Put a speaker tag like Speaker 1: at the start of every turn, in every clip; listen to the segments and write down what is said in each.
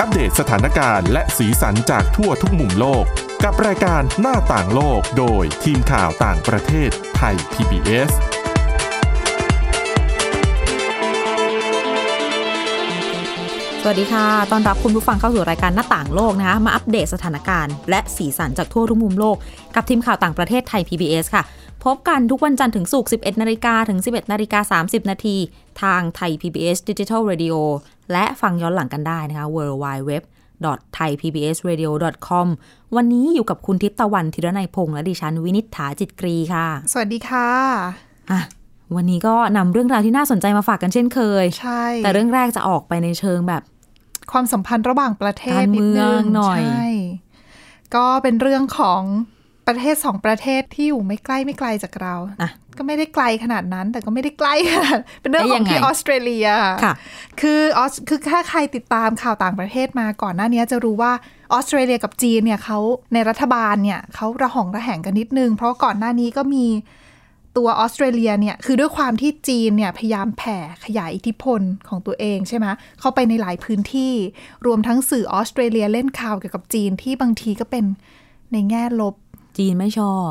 Speaker 1: อัปเดตสถานการณ์และสีสันจากทั่วทุกมุมโลก กับรายการหน้าต่างโลกโดยทีมข่าวต่างประเทศไทย PBS
Speaker 2: สวัสดีค่ะ ตอนรับคุณผู้ฟังเข้าสู่รายการหน้าต่างโลกนะคะ มาอัปเดตสถานการณ์และสีสันจากทั่วทุกมุมโลก กับทีมข่าวต่างประเทศไทย PBS ค่ะ พบกันทุกวันจันทร์ถึงศุกร์ 11 นาฬิกาถึง 11 นาฬิกา 30 นาที ทางไทย PBS Digital Radio และฟังย้อนหลังกันได้นะคะ w w w t h a i p b s r a d i o c o m วันนี้อยู่กับคุณทิพย์ตะวันธีรนัยพงษ์และดิฉันวินิษฐาจิตกรีค่ะ
Speaker 3: สวัสดีค่ะ
Speaker 2: อ่ะ วันนี้ก็นำเรื่องราวที่น่าสนใจมาฝากกันเช่นเคย
Speaker 3: ใช่
Speaker 2: แต่เรื่องแรกจะออกไปในเชิงแบบ
Speaker 3: ความสัมพันธ์ระหว่างประเทศ
Speaker 2: การเมื
Speaker 3: นิดนึ
Speaker 2: อง
Speaker 3: ง
Speaker 2: หน่อย
Speaker 3: ใช่ ก็เป็นเรื่องของประเทศสองประเทศที่อยู่ไม่ใกล้ไม่ไกลจากเรา
Speaker 2: อ่ะ
Speaker 3: ก็ไม่ได้ไกลขนาดนั้น แต่ก็ไม่ได้ใกล้ขนาดเป็นเรื่อง
Speaker 2: ได้
Speaker 3: ข
Speaker 2: ยั
Speaker 3: องง
Speaker 2: ไง
Speaker 3: ที่ออสเตรเลีย
Speaker 2: ค่ะ
Speaker 3: คือออสคือถ้าใครติดตามข่าวต่างประเทศมาก่อนหน้านี้จะรู้ว่าออสเตรเลียกับจีนเนี่ยเขาในรัฐบาลเนี่ยเขาระหองระแหงกันนิดนึง เพราะก่อนหน้านี้ก็มีตัวออสเตรเลียเนี่ยคือด้วยความที่จีนเนี่ยพยายามแผ่ขยายอิทธิพลของตัวเองใช่ไหมเข้าไปในหลายพื้นที่ รวมทั้งสื่อออสเตรเลียเล่นข่าวเกี่ยวกับจีนที่บางทีก็เป็นในแง่ลบ
Speaker 2: จีนไม่ชอบ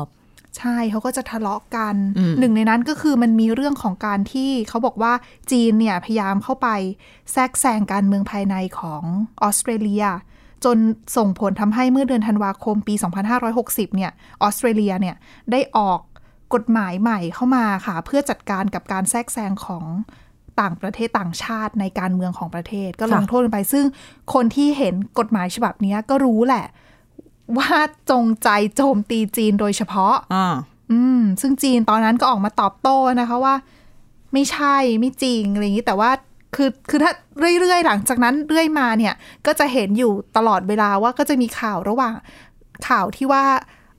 Speaker 3: ใช่เขาก็จะทะเลาะกัน
Speaker 2: อืม
Speaker 3: หนึ่งในนั้นก็คือมันมีเรื่องของการที่เขาบอกว่าจีนเนี่ยพยายามเข้าไปแทรกแซงการเมืองภายในของออสเตรเลีย จนส่งผลทำให้เมื่อเดือนธันวาคมปี 2560 เนี่ยออสเตรเลียเนี่ยได้ออกกฎหมายใหม่เข้ามาค่ะ เพื่อจัดการกับการแทรกแซงของต่างประเทศต่างชาติในการเมืองของประเทศ ก็ลงโทษกันไป ซึ่งคนที่เห็นกฎหมายฉบับเนี้ยก็รู้แหละ ว่าจงใจโจมตีจีนโดยเฉพาะ
Speaker 2: อ่า
Speaker 3: อืมซึ่งจีนตอนนั้นก็ออกมาตอบโต้นะคะว่า ไม่ใช่ไม่จริงอะไรอย่างนี้แต่ว่าคือคือถ้าเรื่อยๆ หลังจากนั้นเรื่อยมาเนี่ย ก็จะเห็นอยู่ตลอดเวลาว่าก็จะมีข่าวระหว่างข่าวที่ว่า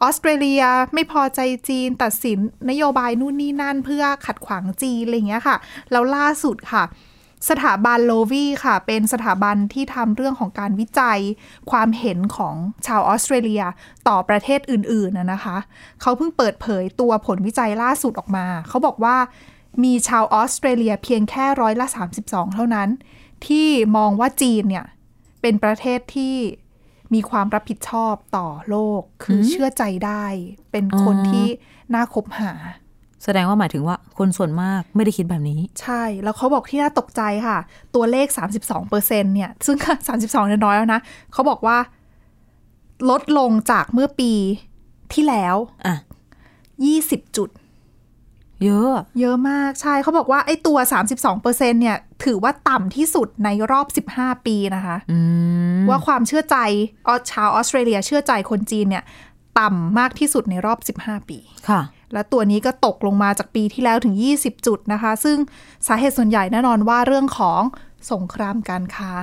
Speaker 3: ออสเตรเลียไม่พอใจจีนตัดสินนโยบายนู่นนี่นั่น เพื่อขัดขวางจีนอะไรอย่างเงี้ยค่ะ แล้วล่าสุดค่ะ สถาบันโลวีค่ะ เป็นสถาบันที่ทำเรื่องของการวิจัยความเห็นของชาวออสเตรเลียต่อประเทศอื่นๆนะนะคะ เขาเพิ่งเปิดเผยตัวผลวิจัยล่าสุดออกมา เขาบอกว่ามีชาวออสเตรเลียเพียงแค่ร้อยละ 32 เท่านั้น ที่มองว่าจีนเนี่ย เป็นประเทศที่มีความรับผิดชอบต่อโลก คืออเชื่อใจได้ เป็นคน
Speaker 2: อ่า
Speaker 3: ที่น่าคบหา
Speaker 2: แสดงว่าหมายถึงว่าคนส่วนมากไม่ได้คิดแบบนี้
Speaker 3: ใช่ แล้วเขาบอกที่น่าตกใจค่ะ ตัวเลข 32เปอร์เซ็น เนี่ย ซึ่ง 32เนี่ยน้อยแล้วนะ เขาบอกว่า ลดลงจากเมื่อปีที่แล้ว
Speaker 2: อ่ะ
Speaker 3: 20 จุด
Speaker 2: เยอะ
Speaker 3: เยอะมาก ใช่ เขาบอกว่าไอ้ตัว 32เปอร์เซ็นเนี่ย ถือว่าต่ำที่สุดในรอบ 15 ปีนะคะ
Speaker 2: อืม
Speaker 3: ว่าความเชื่อใจออชาวออสเตรเลียเชื่อใจคนจีนเนี่ย ต่ำมากที่สุดในรอบ 15 ปี
Speaker 2: ค่ะ
Speaker 3: และตัวนี้ก็ตกลงมาจากปีที่แล้วถึง 20 จุดนะคะ ซึ่งสาเหตุส่วนใหญ่แน่นอนว่าเรื่องของสงครามการค้า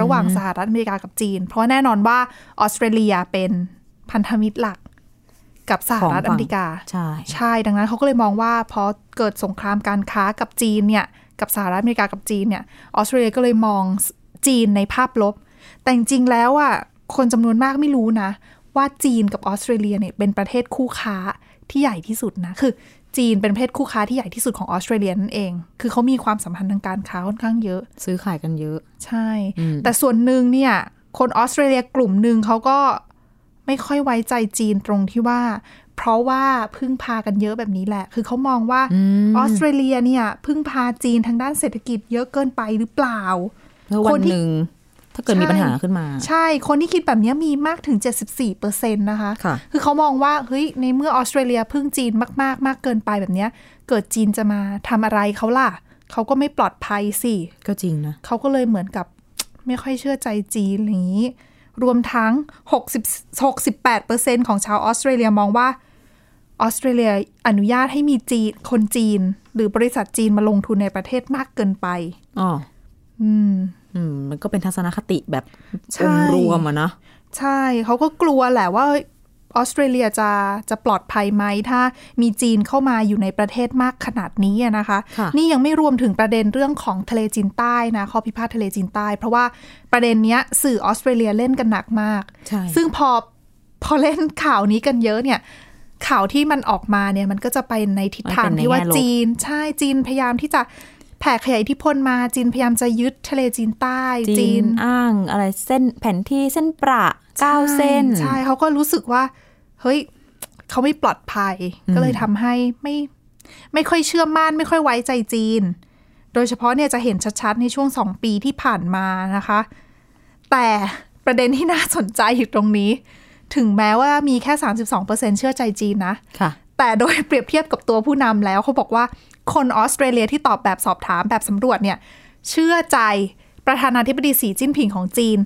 Speaker 3: ระหว่างสหรัฐอเมริกากับจีน เพราะแน่นอนว่าออสเตรเลียเป็นพันธมิตรหลักกับสหรัฐ
Speaker 2: ของฝั่ง
Speaker 3: อเมริกา
Speaker 2: ใช่
Speaker 3: ใช่ ดังนั้นเขาก็เลยมองว่าพอเกิดสงครามการค้ากับจีนเนี่ย กับสหรัฐอเมริกากับจีนเนี่ย ออสเตรเลียก็เลยมองจีนในภาพลบ แต่จริงๆแล้วอ่ะ คนจำนวนมากไม่รู้นะ ว่าจีนกับออสเตรเลียเนี่ยเป็นประเทศคู่ค้าที่ใหญ่ที่สุดนะ คือ จีนเป็นประเทศคู่ค้าที่ใหญ่ที่สุดของออสเตรเลียนั่นเอง คือเขามีความสัมพันธ์ทางการค้าค่อนข้างเยอะ
Speaker 2: ซื้อขายกันเยอะ
Speaker 3: ใช่
Speaker 2: อืม
Speaker 3: แต่ส่วนหนึ่งเนี่ย คนออสเตรเลียกลุ่มหนึ่งเขาก็ไม่ค่อยไว้ใจจีนตรงที่ว่า เพราะว่าพึ่งพากันเยอะแบบนี้แหละ คือเขามองว่าออสเตรเลียเนี่ยพึ่งพาจีนทางด้านเศรษฐกิจเยอะเกินไปหรือเปล่า
Speaker 2: แล้ววันหนึ่ง ถ้าเกิดมีปัญหาขึ้นมา
Speaker 3: ใช่ คนที่คิดแบบเนี้ยมีมากถึง 74%นะคะ
Speaker 2: ค่ะ
Speaker 3: อเขามองว่าเฮ้ยในเมื่อออสเตรเลียพึ่งจีนมากๆ มากเกินไปแบบเนี้ย เกิดจีนจะมาทำอะไรเขาล่ะเขาก็ไม่ปลอดภัยสิ
Speaker 2: ก็จริงนะ
Speaker 3: เขาก็เลยเหมือนกับ ไม่ค่อยเชื่อใจจีนอะไรอย่างนี้ รวมทั้ง 60 68%ของชาวออสเตรเลียมองว่า ออสเตรเลียอนุญาตให้มีจีนคนจีน หรือบริษัทจีนมาลงทุนในประเทศมากเกินไป
Speaker 2: อ๋อ
Speaker 3: อืม
Speaker 2: อืม มันก็เป็นทัศนคติแบบอ
Speaker 3: ใช่
Speaker 2: งค์รวมอะนะ
Speaker 3: ใช่เขาก็กลัวแหละว่าเอ้ยออสเตรเลียจะจะปลอดภัยไหมถ้ามีจีนเข้ามาอยู่ในประเทศมากขนาดนี้อะนะคะ
Speaker 2: ค่ะ
Speaker 3: นี่ยังไม่รวมถึงประเด็นเรื่องของทะเลจีนใต้นะข้อพิพาททะเลจีนใต้ เพราะว่าประเด็นเนี้ยสื่อออสเตรเลียเล่นกันหนักมาก
Speaker 2: ใช่
Speaker 3: ซึ่งพอพอเล่นข่าวนี้กันเยอะเนี่ย ข่าวที่มันออกมาเนี่ยมันก็จะไปในทิศทางที่ว่าจีน ใช่จีนพยายามที่จะแ แผ่ขยายอิทธิพลมาจีนพยายามจะยึดทะเลจีนใต้
Speaker 2: จีนอ้างอะไรเส้นแผนที่เส้นประเก้าเส้น
Speaker 3: ใช่ใช่เขาก็รู้สึกว่า เฮ้ยเขาไม่ปลอดภัย
Speaker 2: อืม
Speaker 3: ก็เลยทำให้ไม่ไม่ค่อยเชื่อมั่นไม่ค่อยไว้ใจจีน โดยเฉพาะเนี่ยจะเห็นชัดๆ ในช่วงสองปีที่ผ่านมานะคะ แต่ประเด็นที่น่าสนใจอยู่ตรงนี้ ถึงแม้ว่ามีแค่ 32%เชื่อใจจีนนะ
Speaker 2: ค่ะ
Speaker 3: แต่โดยเปรียบเทียบกับตัวผู้นำแล้วเขาบอกว่าคนออสเตรเลียที่ตอบแบบสอบถามแบบสำรวจเนี่ย เชื่อใจประธานาธิบดีสีจิ้นผิงของจีน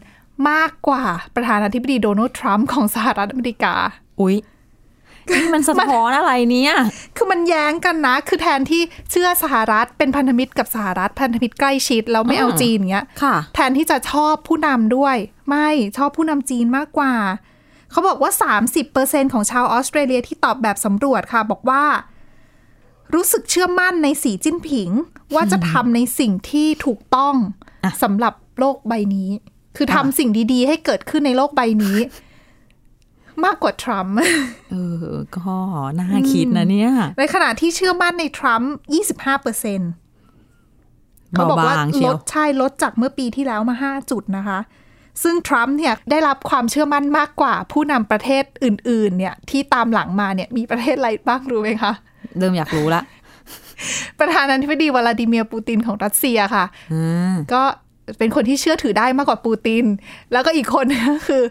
Speaker 3: มากกว่าประธานาธิบดีโดนัลด์ทรัมป์ของสหรัฐอเมริกา
Speaker 2: อุ๊ย นี่มันสะท้อนอะไรเนี่ย
Speaker 3: คือมันแย้งกันนะ คือแทนที่เชื่อสหรัฐเป็นพันธมิตรกับสหรัฐพันธมิตรใกล้ชิดแล้วไม่เอา
Speaker 2: อ่า
Speaker 3: จีนอย่างเงี้ย
Speaker 2: ค่ะ
Speaker 3: แทนที่จะชอบผู้นำด้วย ไม่ชอบผู้นำจีนมากกว่า เขาบอกว่า 30%ของชาวออสเตรเลียที่ตอบแบบสำรวจค่ะ บอกว่า รู้สึกเชื่อมั่นในสีจิ้นผิง ว่าจะทำในสิ่งที่ถูกต้อง
Speaker 2: อ่ะ
Speaker 3: สำหรับโลกใบนี้ คือทำสิ่งดีๆ ให้เกิดขึ้นในโลกใบนี้ มากกว่าทรัมป์
Speaker 2: เออ ก็น่าคิดนะเนี่ย
Speaker 3: ในขณะที่เชื่อมั่นในทรัมป์25%เปอร์เซ็นต์ เขา
Speaker 2: เบา
Speaker 3: บอกว่า
Speaker 2: บางเชี
Speaker 3: ล
Speaker 2: ยว
Speaker 3: ดใช่ลดจากเมื่อปีที่แล้วมา 5 จุดนะคะ ซึ่งทรัมป์เนี่ยได้รับความเชื่อมั่นมากกว่า ผู้นำประเทศอื่น ๆ เนี่ยที่ตามหลังมาเนี่ยมีประเทศอะไรบ้างรู้ไหมคะ
Speaker 2: เริ่มอยากรู้ละ
Speaker 3: ประธานาธิบดีวลาดิเมียร์ปูตินของรัสเซียค่ะ
Speaker 2: อืม
Speaker 3: ก็เป็นคนที่เชื่อถือได้มากกว่าปูติน แล้วก็อีกคนนึงก็คือ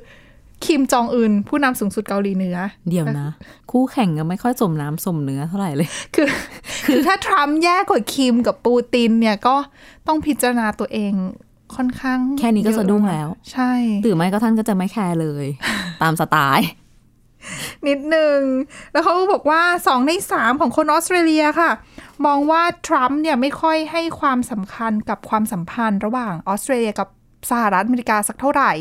Speaker 3: คิมจองอึนผู้นำสูงสุดเกาหลีเหนือ
Speaker 2: เดี๋ยวนะ คู่แข่งก็ไม่ค่อยสมน้ำสมเนื้อเท่าไหร่เลย
Speaker 3: คือ คือถ้าทรัมป์แย่กว่าคิมกับปูตินเนี่ยก็ต้องพิจารณาตัวเองค่อนข้าง
Speaker 2: แค่นี้ก็
Speaker 3: เยอ
Speaker 2: สะดุ้งแล้ว
Speaker 3: ใช่
Speaker 2: หรือไม่ก็ท่านก็จะไม่แคร์เลย ตามสไตล์
Speaker 3: นิดหนึ่ง แล้วเขาก็บอกว่า 2 ใน 3 ของคนออสเตรเลียค่ะ มองว่า ทรัมป์เนี่ยไม่ค่อยให้ความสำคัญกับความสัมพันธ์ระหว่างออสเตรเลียกับสหรัฐอเมริกาสักเท่าไหร่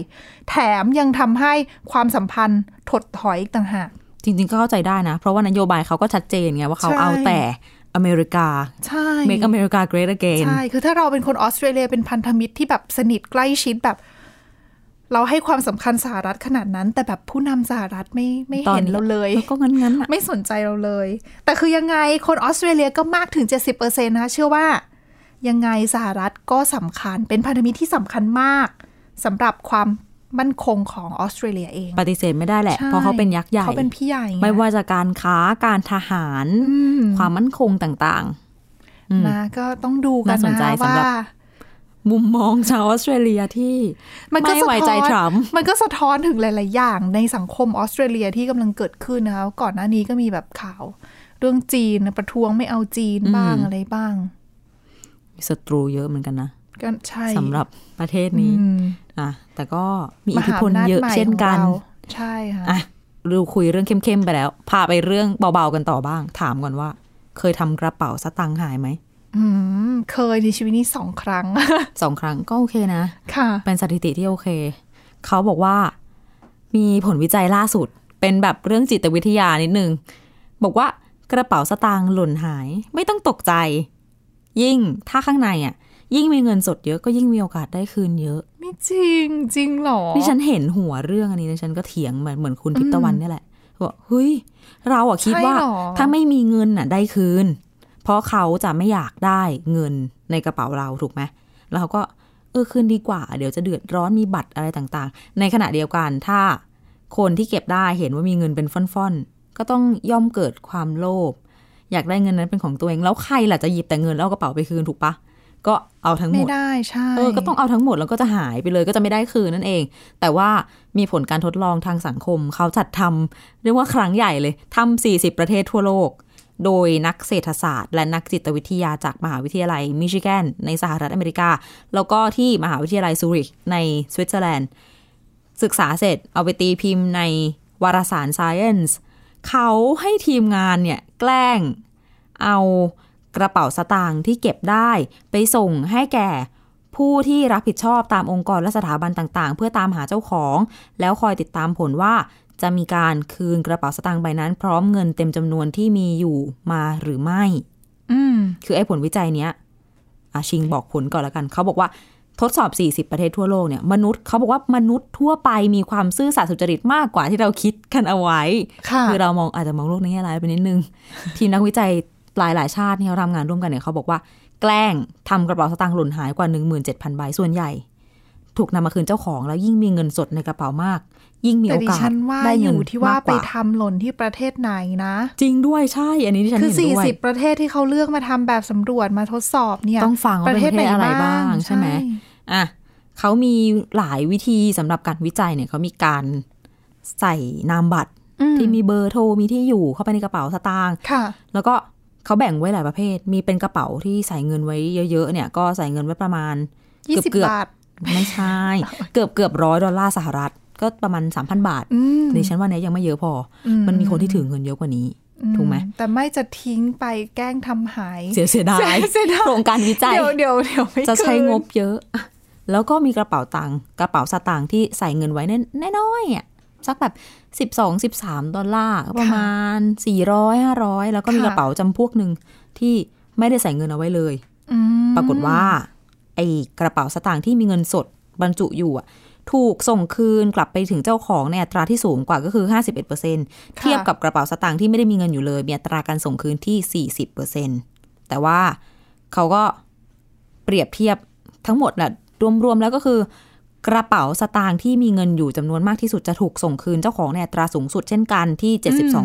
Speaker 3: แถมยังทำให้ความสัมพันธ์ถดถอยอีกต่างหาก
Speaker 2: จริง ๆ ก็เข้าใจได้นะ เพราะว่านโยบายเขาก็ชัดเจนไงว่าเขา
Speaker 3: ใช่
Speaker 2: เอาแต่อเมริกา
Speaker 3: ใช่
Speaker 2: make America great again
Speaker 3: ใช่ คือถ้าเราเป็นคนออสเตรเลียเป็นพันธมิตรที่แบบสนิทใกล้ชิดแบบ เราให้ความสำคัญสหรัฐขนาดนั้น แต่แบบผู้นำสหรัฐไม่ไม่เห็นเราเลย
Speaker 2: แล้วก็งั้นงั้นๆอะ
Speaker 3: ไม่สนใจเราเลย แต่คือยังไงคนออสเตรเลียก็มากถึง 70%นะคะเชื่อว่า ยังไงสหรัฐก็สำคัญเป็นพันธมิตรที่สำคัญมากสำหรับความมั่นคงของออสเตรเลียเอง
Speaker 2: ปฏิเสธไม่ได้แหละ
Speaker 3: ใช่
Speaker 2: เพราะเขาเป็นยักษ์ใหญ่
Speaker 3: เขาเป็นพี่ใหญ่
Speaker 2: ไม่ว่าจะการค้าการทหาร
Speaker 3: อืม
Speaker 2: ความมั่นคงต่าง ๆ อืม
Speaker 3: นะก็ต้องดูกัน
Speaker 2: น่าสน
Speaker 3: นะ
Speaker 2: ใจ
Speaker 3: คะ
Speaker 2: สำห
Speaker 3: ว่า
Speaker 2: รับ มุมมองชาวออสเตรเลียที่
Speaker 3: มันก็
Speaker 2: ไม่
Speaker 3: สะ
Speaker 2: ไว้
Speaker 3: ท้
Speaker 2: ใจ
Speaker 3: อน
Speaker 2: ทรัมป์
Speaker 3: มันก็สะท้อนถึงหลาย ๆ อย่างในสังคมออสเตรเลียที่กำลังเกิดขึ้นนะคะก่อนหน้านี้ก็มีแบบข่าว เรื่องจีนนะประท้วงไม่เอาจีนบ้างอะไรบ้าง
Speaker 2: มีศัตรูเยอะเหมือนกันนะ
Speaker 3: ก็ใช่
Speaker 2: สำหรับประเทศนี้
Speaker 3: อืม
Speaker 2: อ่ะแต่ก็มีอิทธิพลเยอะ
Speaker 3: มหาำาจใหม่
Speaker 2: เช่นกัน
Speaker 3: ของเราใช่ค่ะ
Speaker 2: อ่ะเราคุยเรื่องเข้มๆไปแล้ว พาไปเรื่องเบาๆกันต่อบ้าง ถามก่อนว่า เคยทำกระเป๋าสตังค์หายไหม
Speaker 3: อืม เคยในชีวิตนี้สองครั้ง
Speaker 2: สองครั้งก็โอเคนะ
Speaker 3: ค่ะ
Speaker 2: เป็นสถิติที่โอเค เขาบอกว่ามีผลวิจัยล่าสุด เป็นแบบเรื่องจิตวิทยานิดนึง บอกว่ากระเป๋าสตางค์หล่นหาย ไม่ต้องตกใจ ยิ่งถ้าข้างในอ่ะ ยิ่งมีเงินสดเยอะก็ยิ่งมีโอกาสได้คืนเยอะ
Speaker 3: ไม่จริง จริงเหรอ
Speaker 2: นี่ฉันเห็นหัวเรื่องอันนี้นะฉันก็เถียงเหมือนเหมือนคุณทิพย์ตะวันเนี่ยแหละบอกเฮ้ย เราอะคิดว่า
Speaker 3: ใช่หรอ
Speaker 2: ถ้าไม่มีเงินน่ะได้คืน เพราะเขาจะไม่อยากได้เงินในกระเป๋าเราถูกไหมแล้วเขาก็เออคืนดีกว่า เดี๋ยวจะเดือดร้อนมีบัตรอะไรต่างๆ ในขณะเดียวกันถ้าคนที่เก็บได้เห็นว่ามีเงินเป็นฟ่อนๆ ก็ต้องย่อมเกิดความโลภอยากได้เงินนั้นเป็นของตัวเอง แล้วใครล่ะจะหยิบแต่เงินแล้วเอากระเป๋าไปคืนถูกปะก็เอาทั้งหม
Speaker 3: ไม่
Speaker 2: ด
Speaker 3: ได้ใช่
Speaker 2: เออ ก็ต้องเอาทั้งหมดแล้วก็จะหายไปเลยก็จะไม่ได้คืนนั่นเอง แต่ว่ามีผลการทดลองทางสังคม เขาจัดทำเรียกว่าครั้งใหญ่เลยทำ40 ประเทศทั่วโลก โดยนักเศรษฐศาสตร์ และนักจิตวิทยาจากมหาวิทยาลัยมิชิแกนในสหรัฐอเมริกา แล้วก็ที่มหาวิทยาลัยซูริกในสวิตเซอร์แลนด์ ศึกษาเสร็จเอาไปตีพิมพ์ในวารสาร Science เขาให้ทีมงานเนี่ยแกล้ง เอากระเป๋าสตางค์ที่เก็บได้ไปส่งให้แก่ ผู้ที่รับผิดชอบตามองค์กรและสถาบันต่างๆ เพื่อตามหาเจ้าของ แล้วคอยติดตามผลว่า จะมีการคืนกระเป๋าสตางค์ใบนั้น พร้อมเงินเต็มจำนวนที่มีอยู่มาหรือไม่
Speaker 3: อืม
Speaker 2: คือไอ้ผลวิจัยเนี้ยอาชิงบอกผลก่อนละกัน เขาบอกว่าทดสอบ 40 ประเทศทั่วโลกเนี่ยมนุษย์เขาบอกว่ามนุษย์ทั่วไปมีความซื่อสัตย์สุจริตมากกว่าที่เราคิดกันเอาไว้
Speaker 3: ค่ะ
Speaker 2: คือเราม องอาจจะมองโลกในแง่ร้ายไปนิดนึง ทีมนักวิจัยหลายหลายๆชาติที่เขาทำงานร่วมกันเนี่ยเขาบอกว่า แกล้งทำกระเป๋าสตางค์หล่นหายกว่า 17,000 ใบส่วนใหญ่ ถูกนำมาคืนเจ้าของแล้วยิ่งมีเงินสดในกระเป๋ามาก ยิ่งมี
Speaker 3: แต่
Speaker 2: โอ
Speaker 3: ดิ
Speaker 2: กาส
Speaker 3: ฉันว่า
Speaker 2: ได้
Speaker 3: อ
Speaker 2: เงิน
Speaker 3: ยู่ที่ว่าม
Speaker 2: าก
Speaker 3: ไป
Speaker 2: กว่า
Speaker 3: ทำหล่นที่ประเทศไหนนะ
Speaker 2: จริงด้วยใช่ อันนี้ที่ฉัน
Speaker 3: คือ
Speaker 2: เห็นด้วย
Speaker 3: 40 ประเทศที่เขาเลือกมาทำแบบสำรวจมาทดสอบเนี่ย
Speaker 2: ต้องฟังว่าเป็นประเทศอะไรบ้างใช่ไหม
Speaker 3: ใช่
Speaker 2: อ่ะเขามีหลายวิธีสำหรับการวิจัยเนี่ยเขามีการใส่นามบัตร
Speaker 3: อืม
Speaker 2: ที่มีเบอร์โทรมีที่อยู่เข้าไปในกระเป๋าสตางค์
Speaker 3: ค่ะ
Speaker 2: แล้วก็เขาแบ่งไว้หลายประเภท มีเป็นกระเป๋าที่ใส่เงินไว้เยอะๆเนี่ยก็ใส่เงินไว้ประมาณ
Speaker 3: ยี่สิบ
Speaker 2: เกือบๆ
Speaker 3: บาท
Speaker 2: ไม่ใช่ เกือบเกือบร้อยดอลลาร์สหรัฐ ก็ประมาณ 3,000 บาท
Speaker 3: อืม
Speaker 2: ดิฉันว่าเนี่ยยังไม่เยอะพออมันมีคนที่ถือเงินเยอะกว่านี้
Speaker 3: อื
Speaker 2: ถูกไหม
Speaker 3: แต่ไม่จะทิ้งไปแกล้งทำหาย
Speaker 2: เสียเสียดาย
Speaker 3: เสียดาย
Speaker 2: โครงการวิจัย
Speaker 3: เดี๋ยวเดี๋ยวเดี๋ยวไม่
Speaker 2: จะใช้
Speaker 3: คืน
Speaker 2: งบเยอะอะแล้วก็มีกระเป๋าตังค์กระเป๋าสตางค์ที่ใส่เงินไว้แน่น้อยๆอ่ะสักแบบ 12 13 ดอลลาร์ก็ประมาณ 400 500 แล้วก็มีกระเป๋าจำพวกหนึ่งที่ไม่ได้ใส่เงินเอาไว้เลย
Speaker 3: อืม
Speaker 2: ปรากฏว่าไอ้กระเป๋าสตางค์ที่มีเงินสดบรรจุอยู่อะถูกส่งคืนกลับไปถึงเจ้าของในอัตราที่สูงกว่าก็คือ 51%เ
Speaker 3: ะ
Speaker 2: ทียบกับกระเป๋าสตางค์ที่ไม่ได้มีเงินอยู่เลย มีอัตราการส่งคืนที่ 40%แต่ว่าเขาก็เปรียบเทียบทั้งหมดแหละรวมๆแล้วก็คือ กระเป๋าสตางค์ที่มีเงินอยู่จำนวนมากที่สุดจะถูกส่งคืนเจ้าของในอัตราสูงสุดเช่นกันที่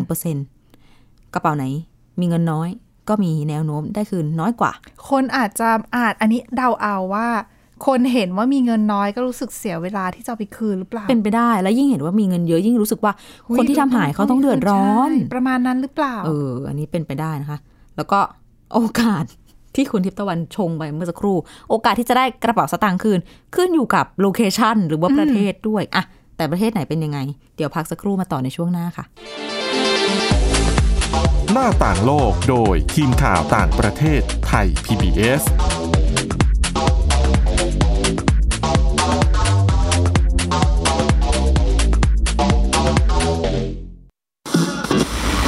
Speaker 2: 72%กระเป๋าไหนมีเงินน้อย ก็มีแนวโน้มได้คืนน้อยกว่า
Speaker 3: คนอาจจะอาจอันนี้เดาเอาว่า คนเห็นว่ามีเงินน้อยก็รู้สึกเสียเวลาที่จะเอาไปคืนหรือเปล่า
Speaker 2: เป็นไปได้แล้วยิ่งเห็นว่ามีเงินเยอะยิ่งรู้สึกว่า
Speaker 3: อุ๊
Speaker 2: คนที่ทำหายเขาต้องเดือดร้อน
Speaker 3: ใช่ประมาณนั้นหรือเปล่า
Speaker 2: เออ อันนี้เป็นไปได้นะคะ แล้วก็โอกาส ที่คุณทิพย์ตะวันชงไปเมื่อสักครู่ โอกาสที่จะได้กระเป๋าสตางค์คืน ขึ้นอยู่กับโลเคชันหรือว่าประเทศด้วยอะแต่ประเทศไหนเป็นยังไง เดี๋ยวพักสักครู่มาต่อในช่วงหน้าค่ะ
Speaker 1: หน้าต่างโลกโดยทีมข่าวต่างประเทศไทย PBS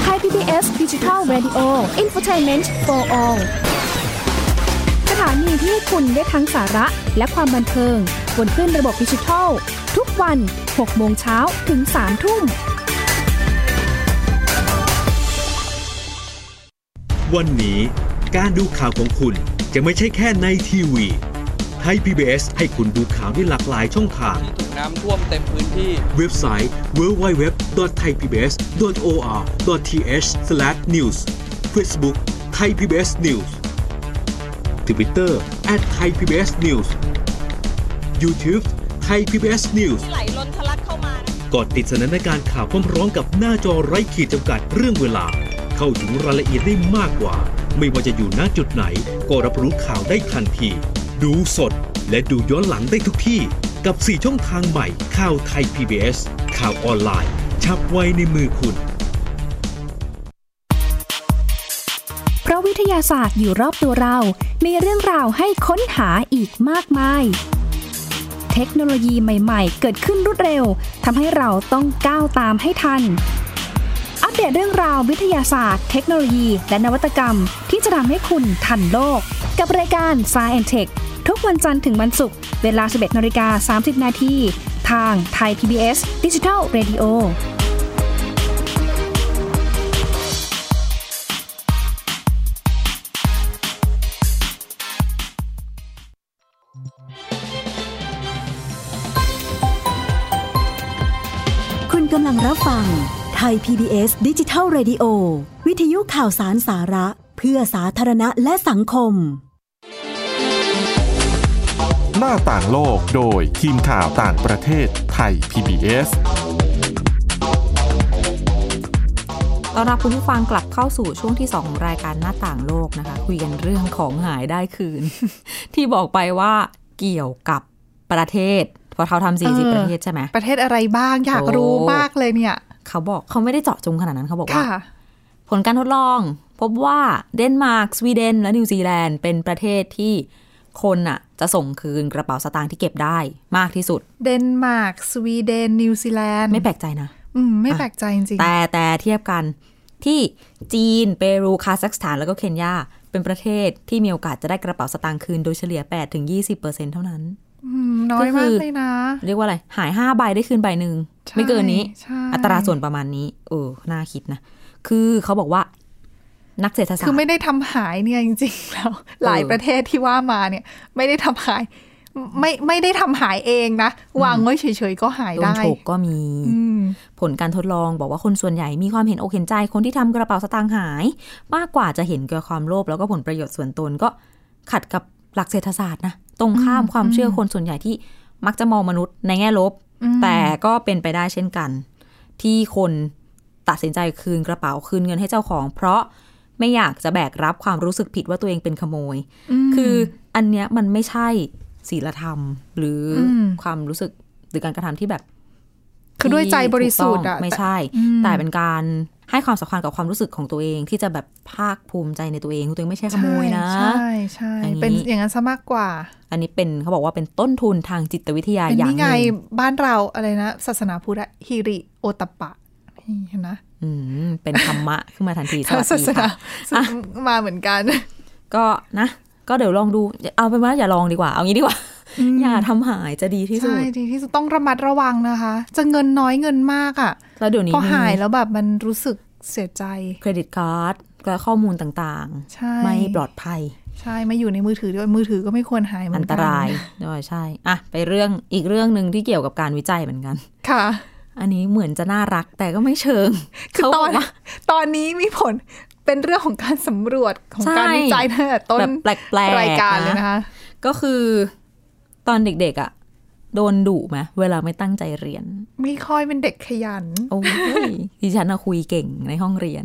Speaker 4: ไทย PBS Digital Radio Infotainment for All สถานีที่ให้คุณได้ทั้งสาระและความบันเทิง บนขึ้นระบบดิจิทัล ทุกวัน 6 โมงเช้าถึง 3 ทุ่ม
Speaker 5: วันนี้การดูข่าวของคุณจะไม่ใช่แค่ในทีวีไทย PBS ให้คุณดูข่าวได้หลากหลายช่องทาง
Speaker 6: ที่ถูกน้ำท่วมเต็มพื้นที่
Speaker 5: เว็บไซต์ www.thaipbs.or.th/news Facebook Thai PBS News Twitter @thaipbsnews YouTube Thai PBS News
Speaker 7: ไหลล้นทะลักเข้ามา
Speaker 5: กดติดสนันในการข่าวพร้อมร้องกับหน้าจอไร้ขีดจำกัดเรื่องเวลา เข้าถึงรายละเอียดได้มากกว่า ไม่ว่าจะอยู่ณจุดไหน ก็รับรู้ข่าวได้ทันที ดูสดและดูย้อนหลังได้ทุกที่ กับ 4 ช่องทางใหม่ ข่าวไทย PBS ข่าวออนไลน์ ชับไว้ในมือคุณ
Speaker 4: เพราะวิทยาศาสตร์อยู่รอบตัวเรา มีเรื่องราวให้ค้นหาอีกมากมาย เทคโนโลยีใหม่ ๆ เกิดขึ้นรวดเร็ว ทำให้เราต้องก้าวตามให้ทัน อัปเดตเรื่องราววิทยาศาสตร์ เทคโนโลยี และนวัตกรรม ที่จะทำให้คุณทันโลก กับรายการ s c i e n t e c h ทุกวันจันทร์ถึงวันศุกร์ เวลา 11นาฬิกา30 นาทีทางไทย PBS Digital Radio
Speaker 8: คุณกำลังรับฟังไทย PBS ดิจิทัล Radio วิทยุข่าวสารสาระ เพื่อสาธารณะและสังคม
Speaker 1: หน้าต่างโลกโดยทีมข่าวต่างประเทศไทย PBS
Speaker 2: ต้อนรับคุณผู้ฟังกลับเข้าสู่ช่วงที่ 2 ของรายการหน้าต่างโลกนะคะ คุยกันเรื่องของหายได้คืน ที่บอกไปว่าเกี่ยวกับประเทศเพอเขาทำสี่สิบ
Speaker 3: เออ
Speaker 2: ประเทศใช่ไหม
Speaker 3: ประเทศอะไรบ้างอยาก
Speaker 2: โอ้
Speaker 3: รู้มากเลยเนี่ย
Speaker 2: เขาบอกเขาไม่ได้เจาะจงขนาดนั้นเขาบอกว่า
Speaker 3: ค่ะ
Speaker 2: ผลการทดลองพบว่าเดนมาร์กสวีเดน และนิวซีแลนด์เป็นประเทศที่คนน่ะจะส่งคืนกระเป๋าสตางค์ที่เก็บได้มากที่สุด
Speaker 3: เดนมาร์ก สวีเดน นิวซีแลนด์
Speaker 2: ไม่แปลกใจนะ
Speaker 3: อืมไม่
Speaker 2: อ่ะ
Speaker 3: แปลกใจจริง
Speaker 2: แต่แต่เทียบกันที่จีน เปรู คาซัคสถาน แล้วก็เคนยา เป็นประเทศที่มีโอกาสจะได้กระเป๋าสตางค์คืนโดยเฉลี่ย 8-20%เท่านั้น
Speaker 3: ๆ อืมน้อยมา
Speaker 2: ก็
Speaker 3: ก
Speaker 2: คือ
Speaker 3: เลยนะ
Speaker 2: เรียกว่าอะไร หาย 5 ใบได้คืนใบหนึ่ง
Speaker 3: ใช่
Speaker 2: ไม่เกินนี้
Speaker 3: ใช่
Speaker 2: อัตราส่วนประมาณนี้ เออ น่าคิดนะ คือเขาบอกว่า นักเศรษฐศาสต
Speaker 3: คือ
Speaker 2: ร์
Speaker 3: ไม่ได้ทำหายเนี่ยจริงๆแล้วหลายประเทศที่ว่ามาเนี่ย ไม่ได้ทำหาย ไม่ไม่ได้ทำหายเองนะ วางไว้เฉยๆก็หาย
Speaker 2: โดน
Speaker 3: ได้
Speaker 2: ฉกก็มี
Speaker 3: อืม
Speaker 2: ผลการทดลองบอกว่าคนส่วนใหญ่มีความเห็นอกเห็นใจคนที่ทำกระเป๋าสตางค์หาย มากกว่าจะเห็นแก่ความโลภแล้วก็ผลประโยชน์ส่วนตนก็ขัดกับหลักเศรษฐศาสตร์นะ ตรงข้ามความเชื่อคนส่วนใหญ่ที่มักจะมองมนุษย์ในแง่ลบ แต่ก็เป็นไปได้เช่นกัน ที่คนตัดสินใจคืนกระเป๋าคืนเงินให้เจ้าของ เพราะไม่อยากจะแบกรับความรู้สึกผิดว่าตัวเองเป็นขโมย คืออันเนี้ยมันไม่ใช่ศีลธรรม หรืออ
Speaker 3: ม
Speaker 2: ความรู้สึกหรือการกระทำที่แบบ
Speaker 3: คือด้วยใจบริสุทธิ์
Speaker 2: ที่ถูก
Speaker 3: อะ
Speaker 2: ต้งไม่ใช่
Speaker 3: อืม
Speaker 2: แต่เป็นการให้ความสำคัญกับความรู้สึกของตัวเอง ที่จะแบบภาคภูมิใจในตัวเองตัวเองไม่ใช่ขโมยนะ
Speaker 3: ใช่ใช่ใช่
Speaker 2: อย่างนี้
Speaker 3: เป็นอย่างนั้นซะมากกว่า
Speaker 2: อันนี้เป็นเขาบอกว่าเป็นต้นทุนทางจิตวิทยา
Speaker 3: เป็น
Speaker 2: อย่าง
Speaker 3: นี่
Speaker 2: ห
Speaker 3: ไง
Speaker 2: นึ่ง
Speaker 3: บ้านเราอะไรนะ ศาสนาพุทธอะฮิริโอตปปะนี่เห็นะ
Speaker 2: อืมเป็นธรรมะ ขึ้นมาทันทีสวัส
Speaker 3: ศาส
Speaker 2: ดี
Speaker 3: นา
Speaker 2: ค่ะ อ่ะ
Speaker 3: มาเหมือนกัน
Speaker 2: ก็นะ ก็เดี๋ยวลองดู เอาเป็นว่าอย่าลองดีกว่า เอางี้ดีกว่า อย่าทำหายจะดีที่สุ
Speaker 3: ใช่
Speaker 2: ด
Speaker 3: ดีที่สุดต้องระมัดระวังนะคะ จะเงินน้อยเงินมากอะ
Speaker 2: แล้วเดี๋ยวนี้
Speaker 3: พอหาย
Speaker 2: มี
Speaker 3: แล้วแบบมันรู้สึกเสียใจ
Speaker 2: เครดิตการ์ดและข้อมูลต่าง
Speaker 3: ใช่
Speaker 2: ๆ ไม่ปลอดภัย
Speaker 3: ใช่มาอยู่ในมือถือด้วยมือถือก็ไม่ควรหายเหมื
Speaker 2: อั
Speaker 3: อน น
Speaker 2: ต
Speaker 3: กัน
Speaker 2: รายเออใช่อ่ะไปเรื่องอีกเรื่องหนึ่งที่เกี่ยวกับการวิจัยเหมือนกัน
Speaker 3: ค่ะ
Speaker 2: อันนี้เหมือนจะน่ารักแต่ก็ไม่เชิง
Speaker 3: คือ
Speaker 2: เขา
Speaker 3: ต
Speaker 2: บ
Speaker 3: อ
Speaker 2: อน กว่า
Speaker 3: ตอนนี้มีผลเป็นเรื่องของการสำรวจของ
Speaker 2: ใช่
Speaker 3: การวิจัยตั้งแต่ต้น
Speaker 2: แบบแปลกๆ
Speaker 3: รายการ
Speaker 2: นะ
Speaker 3: เลยนะคะ
Speaker 2: ก็คือตอนเด็กๆอะ่ะ โดนดุไหมเวลาไม่ตั้งใจเรียน
Speaker 3: ไม่ค่อยเป็นเด็กขยัน
Speaker 2: โอ้ย ดิฉันอะคุยเก่งในห้องเรียน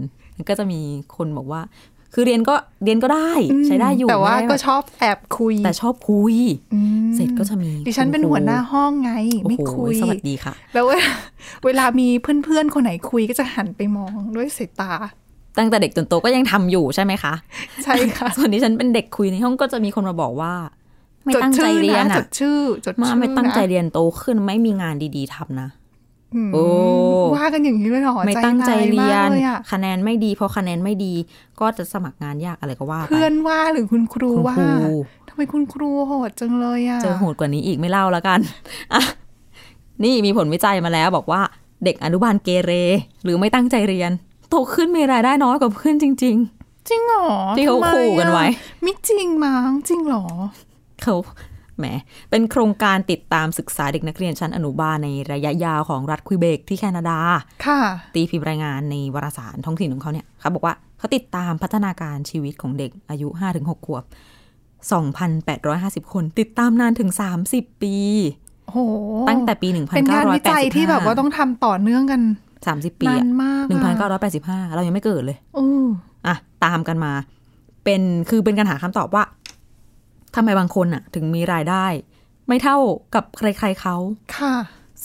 Speaker 2: ก็จะมีคนบอกว่า คือเรียนก็เรียนก็ได้ใช้ได้อยู่
Speaker 3: แต่ว่า
Speaker 2: ไม่ได้
Speaker 3: ก็ชอบแอบคุย
Speaker 2: แต่ชอบคุย
Speaker 3: อืม
Speaker 2: เสร็จก็จะมี
Speaker 3: ดิฉันเป็นหัวหน้าห้องไง
Speaker 2: โอ้โห
Speaker 3: ไม่คุย
Speaker 2: สวัสดีค่ะ
Speaker 3: แล้วเวลา เวลามีเพื่อนๆ คนไหนคุยก็จะหันไปมองด้วยสายตา
Speaker 2: ตั้งแต่เด็กจนโตก็ยังทำอยู่ใช่ไหมคะ
Speaker 3: ใช่ค่ะ
Speaker 2: ส่วนที่ฉันเป็นเด็กคุยในห้องก็จะมีคนมาบอกว่า ไม่
Speaker 3: จด
Speaker 2: ตั้งใจ
Speaker 3: ชื่อ
Speaker 2: เรียน
Speaker 3: นะจ
Speaker 2: อะ
Speaker 3: ดชื่อจด
Speaker 2: มา
Speaker 3: ชื่อ
Speaker 2: ไม่ตั้งใจ
Speaker 3: นะ
Speaker 2: เรียนโตขึ้นไม่มีงานดีๆทำนะ
Speaker 3: ม
Speaker 2: โอ้
Speaker 3: ว่ากันอย่างนี้ด้วยเหรอ
Speaker 2: ไม่ตั้งใจเรีย
Speaker 3: าน มากลอะ
Speaker 2: คะแนนไม่ดีพอคะแนนไม่ดีก็จะสมัครงานยากอะไรก็ว่าไป
Speaker 3: เพื่อนว่าหรือคุณครู
Speaker 2: คุณ
Speaker 3: ว่า
Speaker 2: ครู
Speaker 3: ทำไมคุณครูโหดจังเลยอ่ะ
Speaker 2: เจอโหดกว่านี้อีกไม่เล่าแล้วกัน อ่ะนี่มีผลวิจัยมาแล้วบอกว่าเด็กอนุบาลเกเร หรือไม่ตั้งใจเรียน โตขึ้นมีรายได้น้อยกว่าเพื่อนจริง
Speaker 3: จริงเหรอ
Speaker 2: ที่เขา
Speaker 3: ทำไมอะ
Speaker 2: ขู่กันไว้
Speaker 3: ไม่จริงมั้งจริงเหรอ
Speaker 2: ๆ เขาแหมเป็นโครงการติดตามศึกษาเด็กนักเรียนชั้นอนุบาลในระยะยาวของรัฐควิเบกที่แคนาดา
Speaker 3: ค่ะ
Speaker 2: ตีพิมพ์รายงานในวารสารท้องถิ่นของเขาเนี่ยเขาบอกว่าเขาติดตามพัฒนาการชีวิตของเด็กอายุ 5-6 ขวบ 2,850 คน ติดตามนานถึง 30 ปี
Speaker 3: โอ้โห
Speaker 2: ตั้งแต่ปี 1985
Speaker 3: เป็นงานวิจัยที่แบบว่าต้องทำต่อเนื่องกัน
Speaker 2: 30 ปี
Speaker 3: นา
Speaker 2: อะ
Speaker 3: นมากอะ
Speaker 2: 1985 เรายังไม่เกิดเลย
Speaker 3: อือ
Speaker 2: อ่ะ ตามกันมา เป็นคือเป็นการหาคำตอบว่าทำไมบางคนอะถึงมีรายได้ ไม่เท่ากับใครๆเขา
Speaker 3: ค่ะ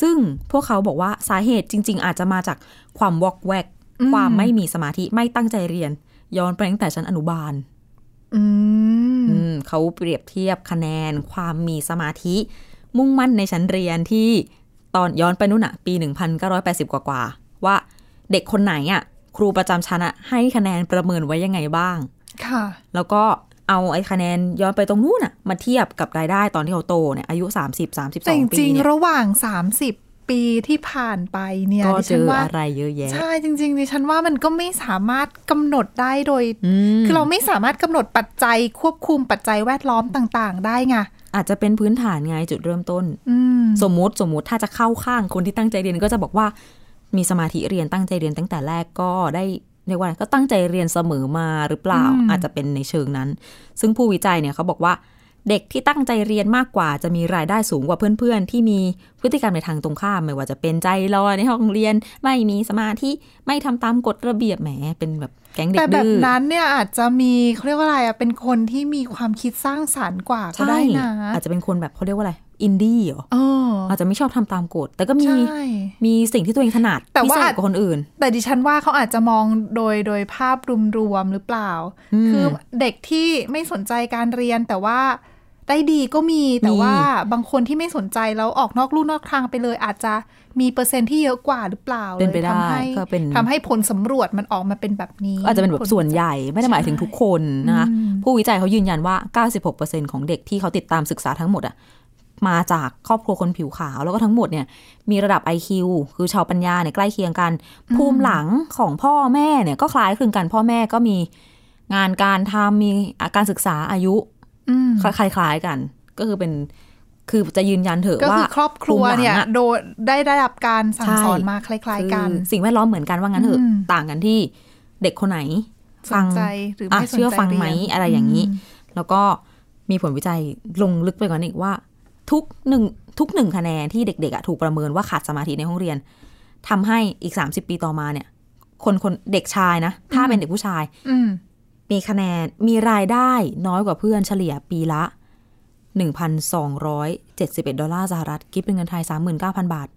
Speaker 2: ซึ่งพวกเขาบอกว่าสาเหตุจริง ๆ อาจจะมาจากความวอกแวก
Speaker 3: อืม
Speaker 2: ความไม่มีสมาธิไม่ตั้งใจเรียน ย้อนไปตั้งแต่ชั้นอนุบาล
Speaker 3: อืม
Speaker 2: อืมเขาเปรียบเทียบคะแนน ความมีสมาธิ มุ่งมั่นในชั้นเรียนที่ตอนย้อนไปนู่นอะปี 1980 กว่ากว่าๆว่าเด็กคนไหนอะครูประจำชั้นอะให้คะแนนประเมินไว้ยังไงบ้าง
Speaker 3: ค่ะ
Speaker 2: แล้วก็เอาไอ้คะแนนย้อนไปตรงนู้นอะมาเทียบกับรายได้ตอนที่เขาโตเนี่ยอายุ 30
Speaker 3: แต่จ
Speaker 2: 32 ปี
Speaker 3: ริง
Speaker 2: เนี่ย
Speaker 3: ๆระหว่าง 30 ปีที่ผ่านไปเนี่ย
Speaker 2: ก็
Speaker 3: ดิ
Speaker 2: เจ
Speaker 3: ฉัน
Speaker 2: อ
Speaker 3: ว่า
Speaker 2: อะไรเยอะแยะ
Speaker 3: ใช่จริงๆดิฉันว่ามันก็ไม่สามารถกำหนดได้โดย
Speaker 2: อืม
Speaker 3: คือเราไม่สามารถกำหนดปัจจัยควบคุมปัจจัยแวดล้อมต่างๆ ได้ไง
Speaker 2: อาจจะเป็นพื้นฐานไงจุดเริ่มต้น
Speaker 3: อืม
Speaker 2: สมมติสมมติถ้าจะเข้าข้างคนที่ตั้งใจเรียนก็จะบอกว่า มีสมาธิเรียนตั้งใจเรียนตั้งแต่แรกก็ได้เรียกว่าอะไรก็ตั้งใจเรียนเสมอมาหรือเปล่า
Speaker 3: อืม
Speaker 2: อาจจะเป็นในเชิงนั้น ซึ่งผู้วิจัยเนี่ยเขาบอกว่า เด็กที่ตั้งใจเรียนมากกว่า จะมีรายได้สูงกว่าเพื่อนๆ ที่มีพฤติกรรมในทางตรงข้าม ไม่ว่าจะเป็นใจลอยในห้องเรียน ไม่มีสมาธิไม่ทำตามกฎระเบียบแหมเป็นแบบแก๊งเด็
Speaker 3: แต่
Speaker 2: ก
Speaker 3: แบบ
Speaker 2: ดื้อ
Speaker 3: นั้นเนี่ยอาจจะมีเขาเรียกว่าอะไรอะเป็นคนที่มีความคิดสร้างสารรค์กว่าก็
Speaker 2: ใช่
Speaker 3: ได้นะ
Speaker 2: อาจจะเป็นคนแบบเขาเรียกว่าอะไรอินดี้เหรอ
Speaker 3: เออ
Speaker 2: อาจจะไม่ชอบทำตามกฎแต่ก็มี
Speaker 3: ใช่
Speaker 2: มีสิ่งที่ตัวเองถนัด
Speaker 3: แต่
Speaker 2: พิ
Speaker 3: ว่า
Speaker 2: เศษกว่าคนอื่น
Speaker 3: แต่ดิฉันว่าเขาอาจจะมองโดยโดยภาพรวมๆหรือเปล่า
Speaker 2: อืม
Speaker 3: คือเด็กที่ไม่สนใจการเรียนแต่ว่าได้ดีก็มีแต่
Speaker 2: มี
Speaker 3: ว่าบางคนที่ไม่สนใจแล้วออกนอกลู่นอกทางไปเลย อาจจะมีเปอร์เซ็นต์ที่เยอะกว่าหรือเปล่า
Speaker 2: เป็นไป
Speaker 3: ลย
Speaker 2: ได้
Speaker 3: ทำให้
Speaker 2: ก็เป็น
Speaker 3: ทำให้ผลสำรวจมันออกมาเป็นแบบนี้
Speaker 2: อาจจะเป็นแบบส่วนใหญ่ไม่ได้หมายถึงทุกคนนะคะผู้วิจัยเขายืนยันว่า 96%ของเด็กที่เขาติดตามศึกษาทั้งหมดอะมาจากครอบครัวคนผิวขาว แล้วก็ทั้งหมดเนี่ยมีระดับ IQ คือชาวปัญญาเนี่ยใกล้เคียงกัน ภูมิหลังของพ่อแม่เนี่ยก็คล้ายคลึงกันพ่อแม่ก็มี งานการทำมีอาการศึกษาอายุ
Speaker 3: อืม
Speaker 2: คล้ายๆกัน ก็คือเป็นคือจะยืนยันเถอะ
Speaker 3: ก็
Speaker 2: ว่า
Speaker 3: คือครอบครัว
Speaker 2: ภูมิหลัง
Speaker 3: เนี่ย
Speaker 2: อะ
Speaker 3: โดนได้ได้รับการสั่งสอน
Speaker 2: ใช่
Speaker 3: มาคล้าย ๆ กัน
Speaker 2: คือสิ่งแวดล้อมเหมือนกันว่างั้นเถอะ
Speaker 3: อืม
Speaker 2: ต่างกันที่เด็กคนไหน
Speaker 3: ส
Speaker 2: ฟั
Speaker 3: น
Speaker 2: ง
Speaker 3: ใจหรือ
Speaker 2: อ่ะ
Speaker 3: ไม่สนใจ
Speaker 2: เชื่อฟังไหม
Speaker 3: เยน
Speaker 2: อะไรอย่างนี้
Speaker 3: ม
Speaker 2: แล้วก็มีผลวิจัยลงลึกไปกว่านั้นอีกว่า ทุกหนึ่งทุกหนึ่งคะแนนที่เด็กๆอะถูกประเมินว่าขาดสมาธิในห้องเรียนทำให้อีก 30 ปีต่อมาเนี่ย คนคนเด็กชายนะ ถ้า
Speaker 3: อืม
Speaker 2: เป็นเด็กผู้ชาย
Speaker 3: อืม
Speaker 2: มีคะแนนมีรายได้น้อยกว่าเพื่อนเฉลี่ยปีละ 1,271 ดอลลาร์สหรัฐคิดเป็นเงินไทย 39,000 บาท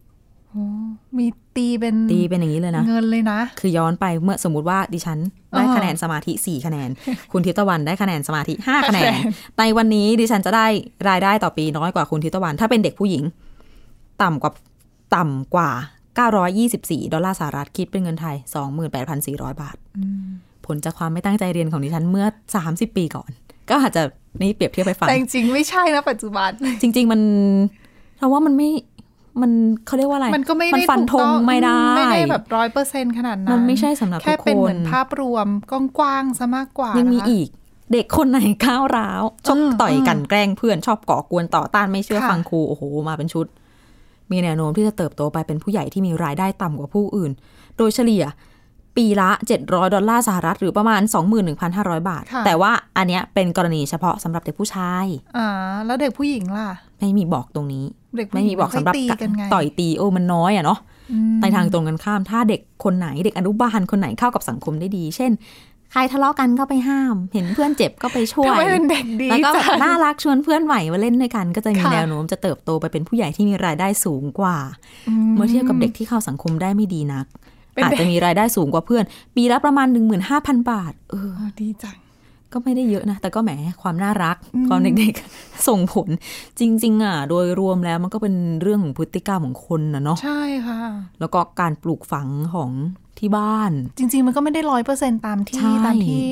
Speaker 3: มีตีเป็น
Speaker 2: ตีเป็นอย่างนี้เลยนะ
Speaker 3: เงินเลยนะ
Speaker 2: คือย้อนไปเมื่อสมมติว่าดิฉันได้
Speaker 3: อ่า
Speaker 2: คะแนนสมาธิ 4 คะแน น คุณทิพย์ตะวันได้คะแนนสมาธิ 5 คะแนน ในวันนี้ดิฉันจะได้รายได้ต่อปีน้อยกว่าคุณทิพย์ตะวัน ถ้าเป็นเด็กผู้หญิง ต่ำกว่าต่ำกว่า 924 ดอลลาร์สหรัฐคิดเป็นเงินไทย 28,400 บาท ผลจากความไม่ตั้งใจเรียนของดิฉันเมื่อ 30 ปีก่อน ก็อาจจะนี่เปรียบเทียบไปฟัง
Speaker 3: แต่จริงๆไม่ใช่นะปัจจุบัน
Speaker 2: จริง ๆ มันเราว่ามันไม่มันเขาเรียกว่าอะไร
Speaker 3: มันก็ไม่
Speaker 2: มั
Speaker 3: ได้
Speaker 2: นฟันธ
Speaker 3: ถูก
Speaker 2: ง
Speaker 3: ต้อง
Speaker 2: ไม่ได้
Speaker 3: ไม่ได้แบบร้อยเปอร์เซ็นขนาดนั้น
Speaker 2: มันไม่ใช่สำหรับ
Speaker 3: แค่
Speaker 2: ทุกคน
Speaker 3: เป็นเหมือนภาพรวมกว้างๆซะมากกว่า
Speaker 2: ยั
Speaker 3: ยัง
Speaker 2: มีอีกเด็กคนไหนก้าวร้าวชกต่อยกลันแกล้งเพื่อนชอบก่อกวนต่อต้านไม่เชื่อฟังครูโอ้โหมาเป็นชุด มีแนวโน้มที่จะเติบโตไปเป็นผู้ใหญ่ที่มีรายได้ต่ำกว่าผู้อื่น โดยเฉลี่ยปีละ 700 ดอลลาร์สหรัฐหรือประมาณ 21,500 บาท แต่ว่าอันเนี้ยเป็นกรณีเฉพาะสำหรับเด็กผู้ชาย
Speaker 3: อ่า แล้วเด็กผู้หญิงล่ะ
Speaker 2: ไม่มีบอกตรงนี้
Speaker 3: เด็กผู้
Speaker 2: ไม่
Speaker 3: หญิง
Speaker 2: มีบอกสำหรับ
Speaker 3: ค่ยตีกันไง
Speaker 2: ต่อยตีโอ้มันน้อยอะเนาะ
Speaker 3: อืม
Speaker 2: ในทางตรงกันข้าม ถ้าเด็กคนไหนเด็กอนุบาลคนไหนเข้ากับสังคมได้ดี เช่น ใครทะเลาะกันก็ไปห้าม เห็นเพื่อนเจ็บก็ไปช่วย
Speaker 3: ทำไมเป็นเด็กดี
Speaker 2: แล้วก็แบบ
Speaker 3: จัง
Speaker 2: น่ารักชวนเพื่อนใหม่มาเล่นด้วยกัน ก็จะมี
Speaker 3: ค่ะ
Speaker 2: แนวโน้มจะเติบโตไปเป็นผู้ใหญ่ที่มีรายได้สูงกว่า เมื่อเทียบกับเด็กที่เข้าสังคมได้ไม่ดีนัก
Speaker 3: เป็น
Speaker 2: อาจ
Speaker 3: เด็ก
Speaker 2: จะมีรายได้สูงกว่าเพื่อน ปีละประมาณ 15,000 บาท เออ
Speaker 3: อ๋อดีจัง
Speaker 2: ก็ไม่ได้เยอะนะ แต่ก็แหมความน่ารัก
Speaker 3: อืม
Speaker 2: ความเด็กๆ ส่งผลจริง ๆ อ่ะ โดยรวมแล้วมันก็เป็นเรื่องของพฤติกรรมของคนนะเนาะ
Speaker 3: ใช่ค่ะ
Speaker 2: แล้วก็การปลูกฝังของที่บ้าน
Speaker 3: จริง ๆ มันก็ไม่ได้ร้อยเปอร์เซ็นตามที่
Speaker 2: ใช่
Speaker 3: ตามที่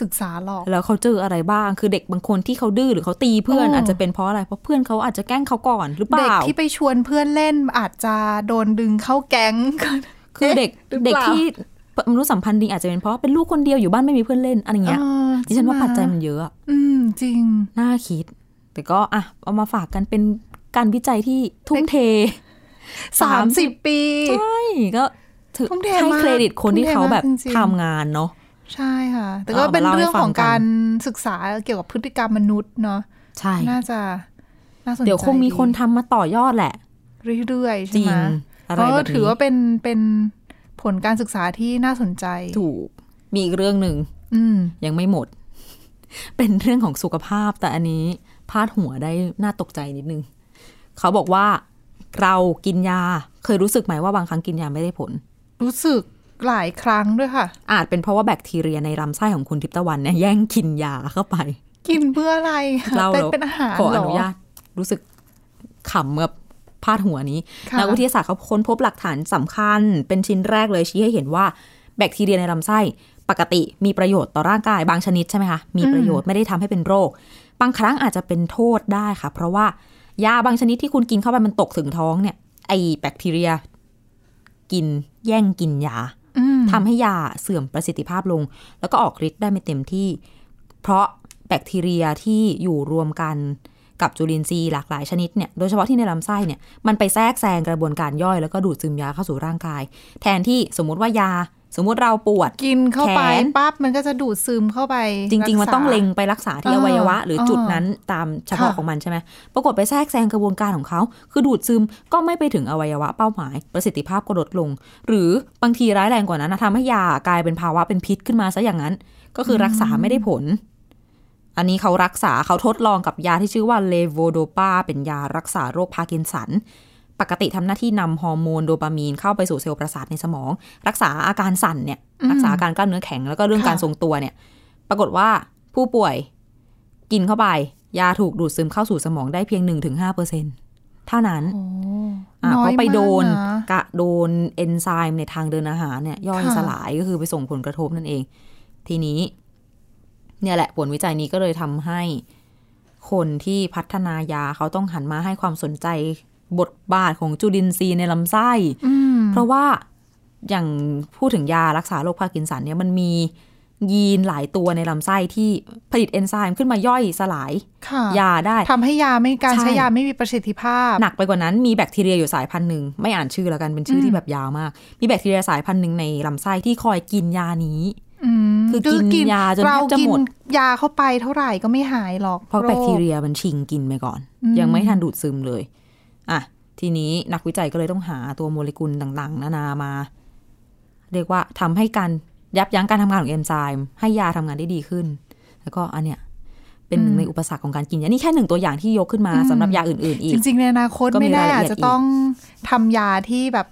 Speaker 3: ศึกษาหรอก
Speaker 2: แล้วเขาเจออะไรบ้าง คือเด็กบางคนที่เขาดื้อหรือเขาตีเพื่อน
Speaker 3: อืม
Speaker 2: อาจจะเป็นเพราะอะไร เพราะเพื่อนเขาอาจจะแกล้งเขาก่อนหรือเป
Speaker 3: เด็ก
Speaker 2: ล่า
Speaker 3: ที่ไปชวนเพื่อนเล่นอาจจะโดนดึงเข้าแก๊ง
Speaker 2: คือเด็ก
Speaker 3: หรือเปล่า
Speaker 2: เด็กที่มนุษยสัมพันธ์ดีอาจจะเป็นเพราะเป็นลูกคนเดียวอยู่บ้านไม่มีเพื่อนเล่นอะไรอย่างเงี้ย
Speaker 3: ออ
Speaker 2: ดิฉันว่า
Speaker 3: ใช่ไหม
Speaker 2: ปัจจัยมันเยอะอะ
Speaker 3: อืมจริง
Speaker 2: น่าคิด แต่ก็อ่ะเอามาฝากกันเป็นการวิจัยที่ทุ่มเท
Speaker 3: สามสิบปี
Speaker 2: ใช่ก็ถือ
Speaker 3: ทุ่มเท
Speaker 2: ให้
Speaker 3: มาก
Speaker 2: เครดิตคนที่เขาแบบ
Speaker 3: ทุ่มเทมากจริงๆ
Speaker 2: ทำงานเนาะ
Speaker 3: ใช่ค่ะ แต่
Speaker 2: ก็
Speaker 3: ก็เป็น
Speaker 2: เอามาเล่าให้
Speaker 3: เรื่อง
Speaker 2: ฟัง
Speaker 3: ของ
Speaker 2: กัน
Speaker 3: การศึกษาเกี่ยวกับพฤติกรรมมนุษย์เนาะ
Speaker 2: ใช่
Speaker 3: น่าจะน่าสนใจ
Speaker 2: เดี๋ยวคงมีคนทำมาต่อยอดแหละ
Speaker 3: เรื่อย
Speaker 2: จ
Speaker 3: ๆใช่
Speaker 2: ริ
Speaker 3: ไห
Speaker 2: ง
Speaker 3: ม
Speaker 2: อะไร
Speaker 3: เพราะ
Speaker 2: แบบ
Speaker 3: ถือ
Speaker 2: นี้
Speaker 3: ว่าเป็นเป็นผลการศึกษาที่น่าสนใจ
Speaker 2: ถูกมีอีกเรื่องหนึ่ง
Speaker 3: อืม
Speaker 2: ยังไม่หมด เป็นเรื่องของสุขภาพ แต่อันนี้พาดหัวได้น่าตกใจนิดนึง เขาบอกว่าเรากินยา เคยรู้สึกไหมว่าบางครั้งกินยาไม่ได้ผล
Speaker 3: รู้สึกหลายครั้งด้วยค่ะ
Speaker 2: อาจเป็นเพราะว่าแบคทีเรียในลำไส้ของคุณทิพย์ตะวันเนี่ยแย่งกินยาเข้าไป
Speaker 3: กินเพื่ออะไร
Speaker 2: เล่า
Speaker 3: เป็น
Speaker 2: แล้ว
Speaker 3: เป็นอาหาร
Speaker 2: ขออ
Speaker 3: เหร
Speaker 2: นุ
Speaker 3: อ
Speaker 2: ญาตรู้สึกขำกับพาดหัวนี้
Speaker 3: ค่ะ
Speaker 2: นักวิทยาศาสตร์เขาค้นพบหลักฐานสำคัญ เป็นชิ้นแรกเลยชี้ให้เห็นว่าแบคทีเรียในลำไส้ปกติมีประโยชน์ต่อร่างกายบางชนิดใช่ไหมคะมีประโยชน์ไม่ได้ทำให้เป็นโรค บางครั้งอาจจะเป็นโทษได้ค่ะ เพราะว่ายาบางชนิดที่คุณกินเข้าไปมันตกถึงท้องเนี่ย ไอแบคทีเรีย กินแย่งกินยา
Speaker 3: อืม
Speaker 2: ทำให้ยาเสื่อมประสิทธิภาพลง แล้วก็ออกฤทธิ์ได้ไม่เต็มที่ เพราะแบคทีเรียที่อยู่รวมกันกับจุลินทรีย์หลากหลายชนิดเนี่ยโดยเฉพาะที่ในลำไส้เนี่ยมันไปแทรกแซงกระบวนการย่อยแล้วก็ดูดซึมยาเข้าสู่ร่างกาย แทนที่สมมติว่ายา สมมติเราปวด
Speaker 3: กินเข้า
Speaker 2: แข
Speaker 3: ไป
Speaker 2: น
Speaker 3: ปั๊บมันก็จะดูดซึมเข้าไป
Speaker 2: จริง ๆ มัน
Speaker 3: ษา
Speaker 2: ต้องเล็งไปรักษาที่
Speaker 3: อ่า
Speaker 2: อวัยวะ หรืออา จุดนั้นตามเฉพาะ
Speaker 3: ค่ะ
Speaker 2: ของมันใช่ไหมปรากฏไปแทรกแซงกระบวนการของเขา คือดูดซึมก็ไม่ไปถึงอวัยวะเป้าหมาย ประสิทธิภาพก็ลดลง หรือบางทีร้ายแรงกว่านั้นนะทำให้ยากลายเป็นภาวะเป็นพิษขึ้นมาซะอย่างนั้น ก็คือรักษาไม่ได้ผล อันนี้เขารักษาเขาทดลองกับยาที่ชื่อว่าเลโวโดปาเป็นยารักษาโรคพาร์กินสัน ปกติทำหน้าที่นำฮอร์โมนโดปามีนเข้าไปสู่เซลล์ประสาทในสมอง รักษาอาการสั่นเนี่ยรักษาอาการกล้ามเนื้อแข็งแล้วก็เรื่อง
Speaker 3: ค่ะ
Speaker 2: การทรงตัวเนี่ย ปรากฏว่าผู้ป่วยกินเข้าไป ยาถูกดูดซึมเข้าสู่สมองได้เพียง 1-5%เเท่านั้น
Speaker 3: โอ้
Speaker 2: อ่ะเพ
Speaker 3: น้อย
Speaker 2: ราะไปโดน
Speaker 3: มากนะ
Speaker 2: กะโดนเอนไซม์ในทางเดินอาหารเนี่ยย่อย
Speaker 3: ค่ะ
Speaker 2: สลายก็คือไปส่งผลกระทบนั่นเอง ทีนี้ เนี่ยแหละผลวิจัยนี้ก็เลยทำให้คนที่พัฒนายาเขาต้องหันมาให้ความสนใจบทบาทของจุลินทรีย์ในลำไส้
Speaker 3: อืม
Speaker 2: เพราะว่าอย่างพูดถึงยารักษาโรคพาร์กินสันเนี่ยมันมี ยีนหลายตัวในลำไส้ที่ผลิตเอนไซม์ขึ้นมาย่อยสลาย
Speaker 3: ค่ะ
Speaker 2: ยาได้
Speaker 3: ทำให้ยาไม่การ
Speaker 2: ใช่
Speaker 3: ใช้ยาไม่มีประสิทธิภาพ
Speaker 2: หนักไปกว่านั้นมีแบคทีเรียอยู่สายพันธุ์หนึ่งไม่อ่านชื่อแล้วกันเป็นชื่อ
Speaker 3: อืม
Speaker 2: ที่แบบยาวมาก มีแบคทีเรียสายพันธุ์หนึ่งในลำไส้ที่คอยกินยานี้
Speaker 3: อืม
Speaker 2: คือกินยาจนแทบจะหมด
Speaker 3: เรากินยาเข้าไปเท่าไหร่ก็ไม่หายหรอก
Speaker 2: เพราะแบคที
Speaker 3: โค
Speaker 2: เรียมันชิงกินไปก่อน
Speaker 3: อืม
Speaker 2: ยังไม่ทันดูดซึมเลยอ่ะทีนี้นักวิจัยก็เลยต้องหาตัวโมเลกุลต่างๆ นานามา เรียกว่าทำให้การยับยั้งการทำงานของเอนไซม์ให้ยาทำงานได้ดีขึ้น แล้วก็อันเนี้ยเป็นหนึ่งในอุปสรรคของการกินยานี่แค่หนึ่งตัวอย่างที่ยกขึ้นมาสำหรับยาอื่นๆอี
Speaker 3: จ
Speaker 2: ก
Speaker 3: ริงๆในอนาคต
Speaker 2: ก็มี
Speaker 3: ไม่แน่
Speaker 2: รายละเอียด
Speaker 3: อาจจะต้องทำยาที่แบบ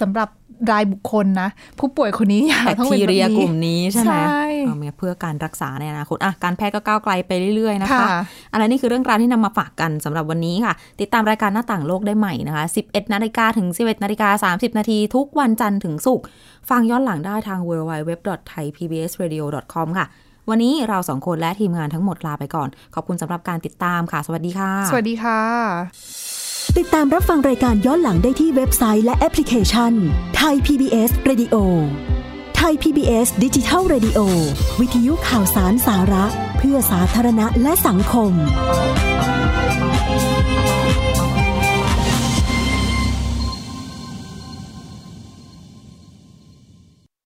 Speaker 3: สำหรับรายบุคคลนะ ผู้ป่วยคนนี้ยา
Speaker 2: แบค
Speaker 3: ต้องเป็น
Speaker 2: ที
Speaker 3: แบบ
Speaker 2: เรี
Speaker 3: นี้
Speaker 2: ยกลุ่มนี้ใช่ไหม
Speaker 3: ใช่
Speaker 2: เอามาเพื่อการรักษาในอนาคตอ่ะการแพทย์ก็ก้าวไกลไปเรื่อยๆนะคะ
Speaker 3: ค่ะ
Speaker 2: อันนี้นนี่คือเรื่องราวที่นำมาฝากกันสำหรับวันนี้ค่ะ ติดตามรายการหน้าต่างโลกได้ใหม่นะคะ 11 นาฬิกาถึง 11 นาฬิกา 30 นาทีทุกวันจันทร์ถึงศุกร์ฟังย้อนหลังได้ทาง www.thaipbsradio.com ค่ะ วันนี้เราสองคนและทีมงานทั้งหมดลาไปก่อน ขอบคุณสำหรับการติดตามค่ะ สวัสดีค่ะ
Speaker 3: สวัสดีค่ะ
Speaker 8: ติดตามรับฟังรายการย้อนหลังได้ที่เว็บไซต์และแอปพลิเคชันไทย PBS Radio ไทย PBS ดิจิทัล Radio วิทยุข่าวสารสาระ เพื่อสาธารณะและสังคม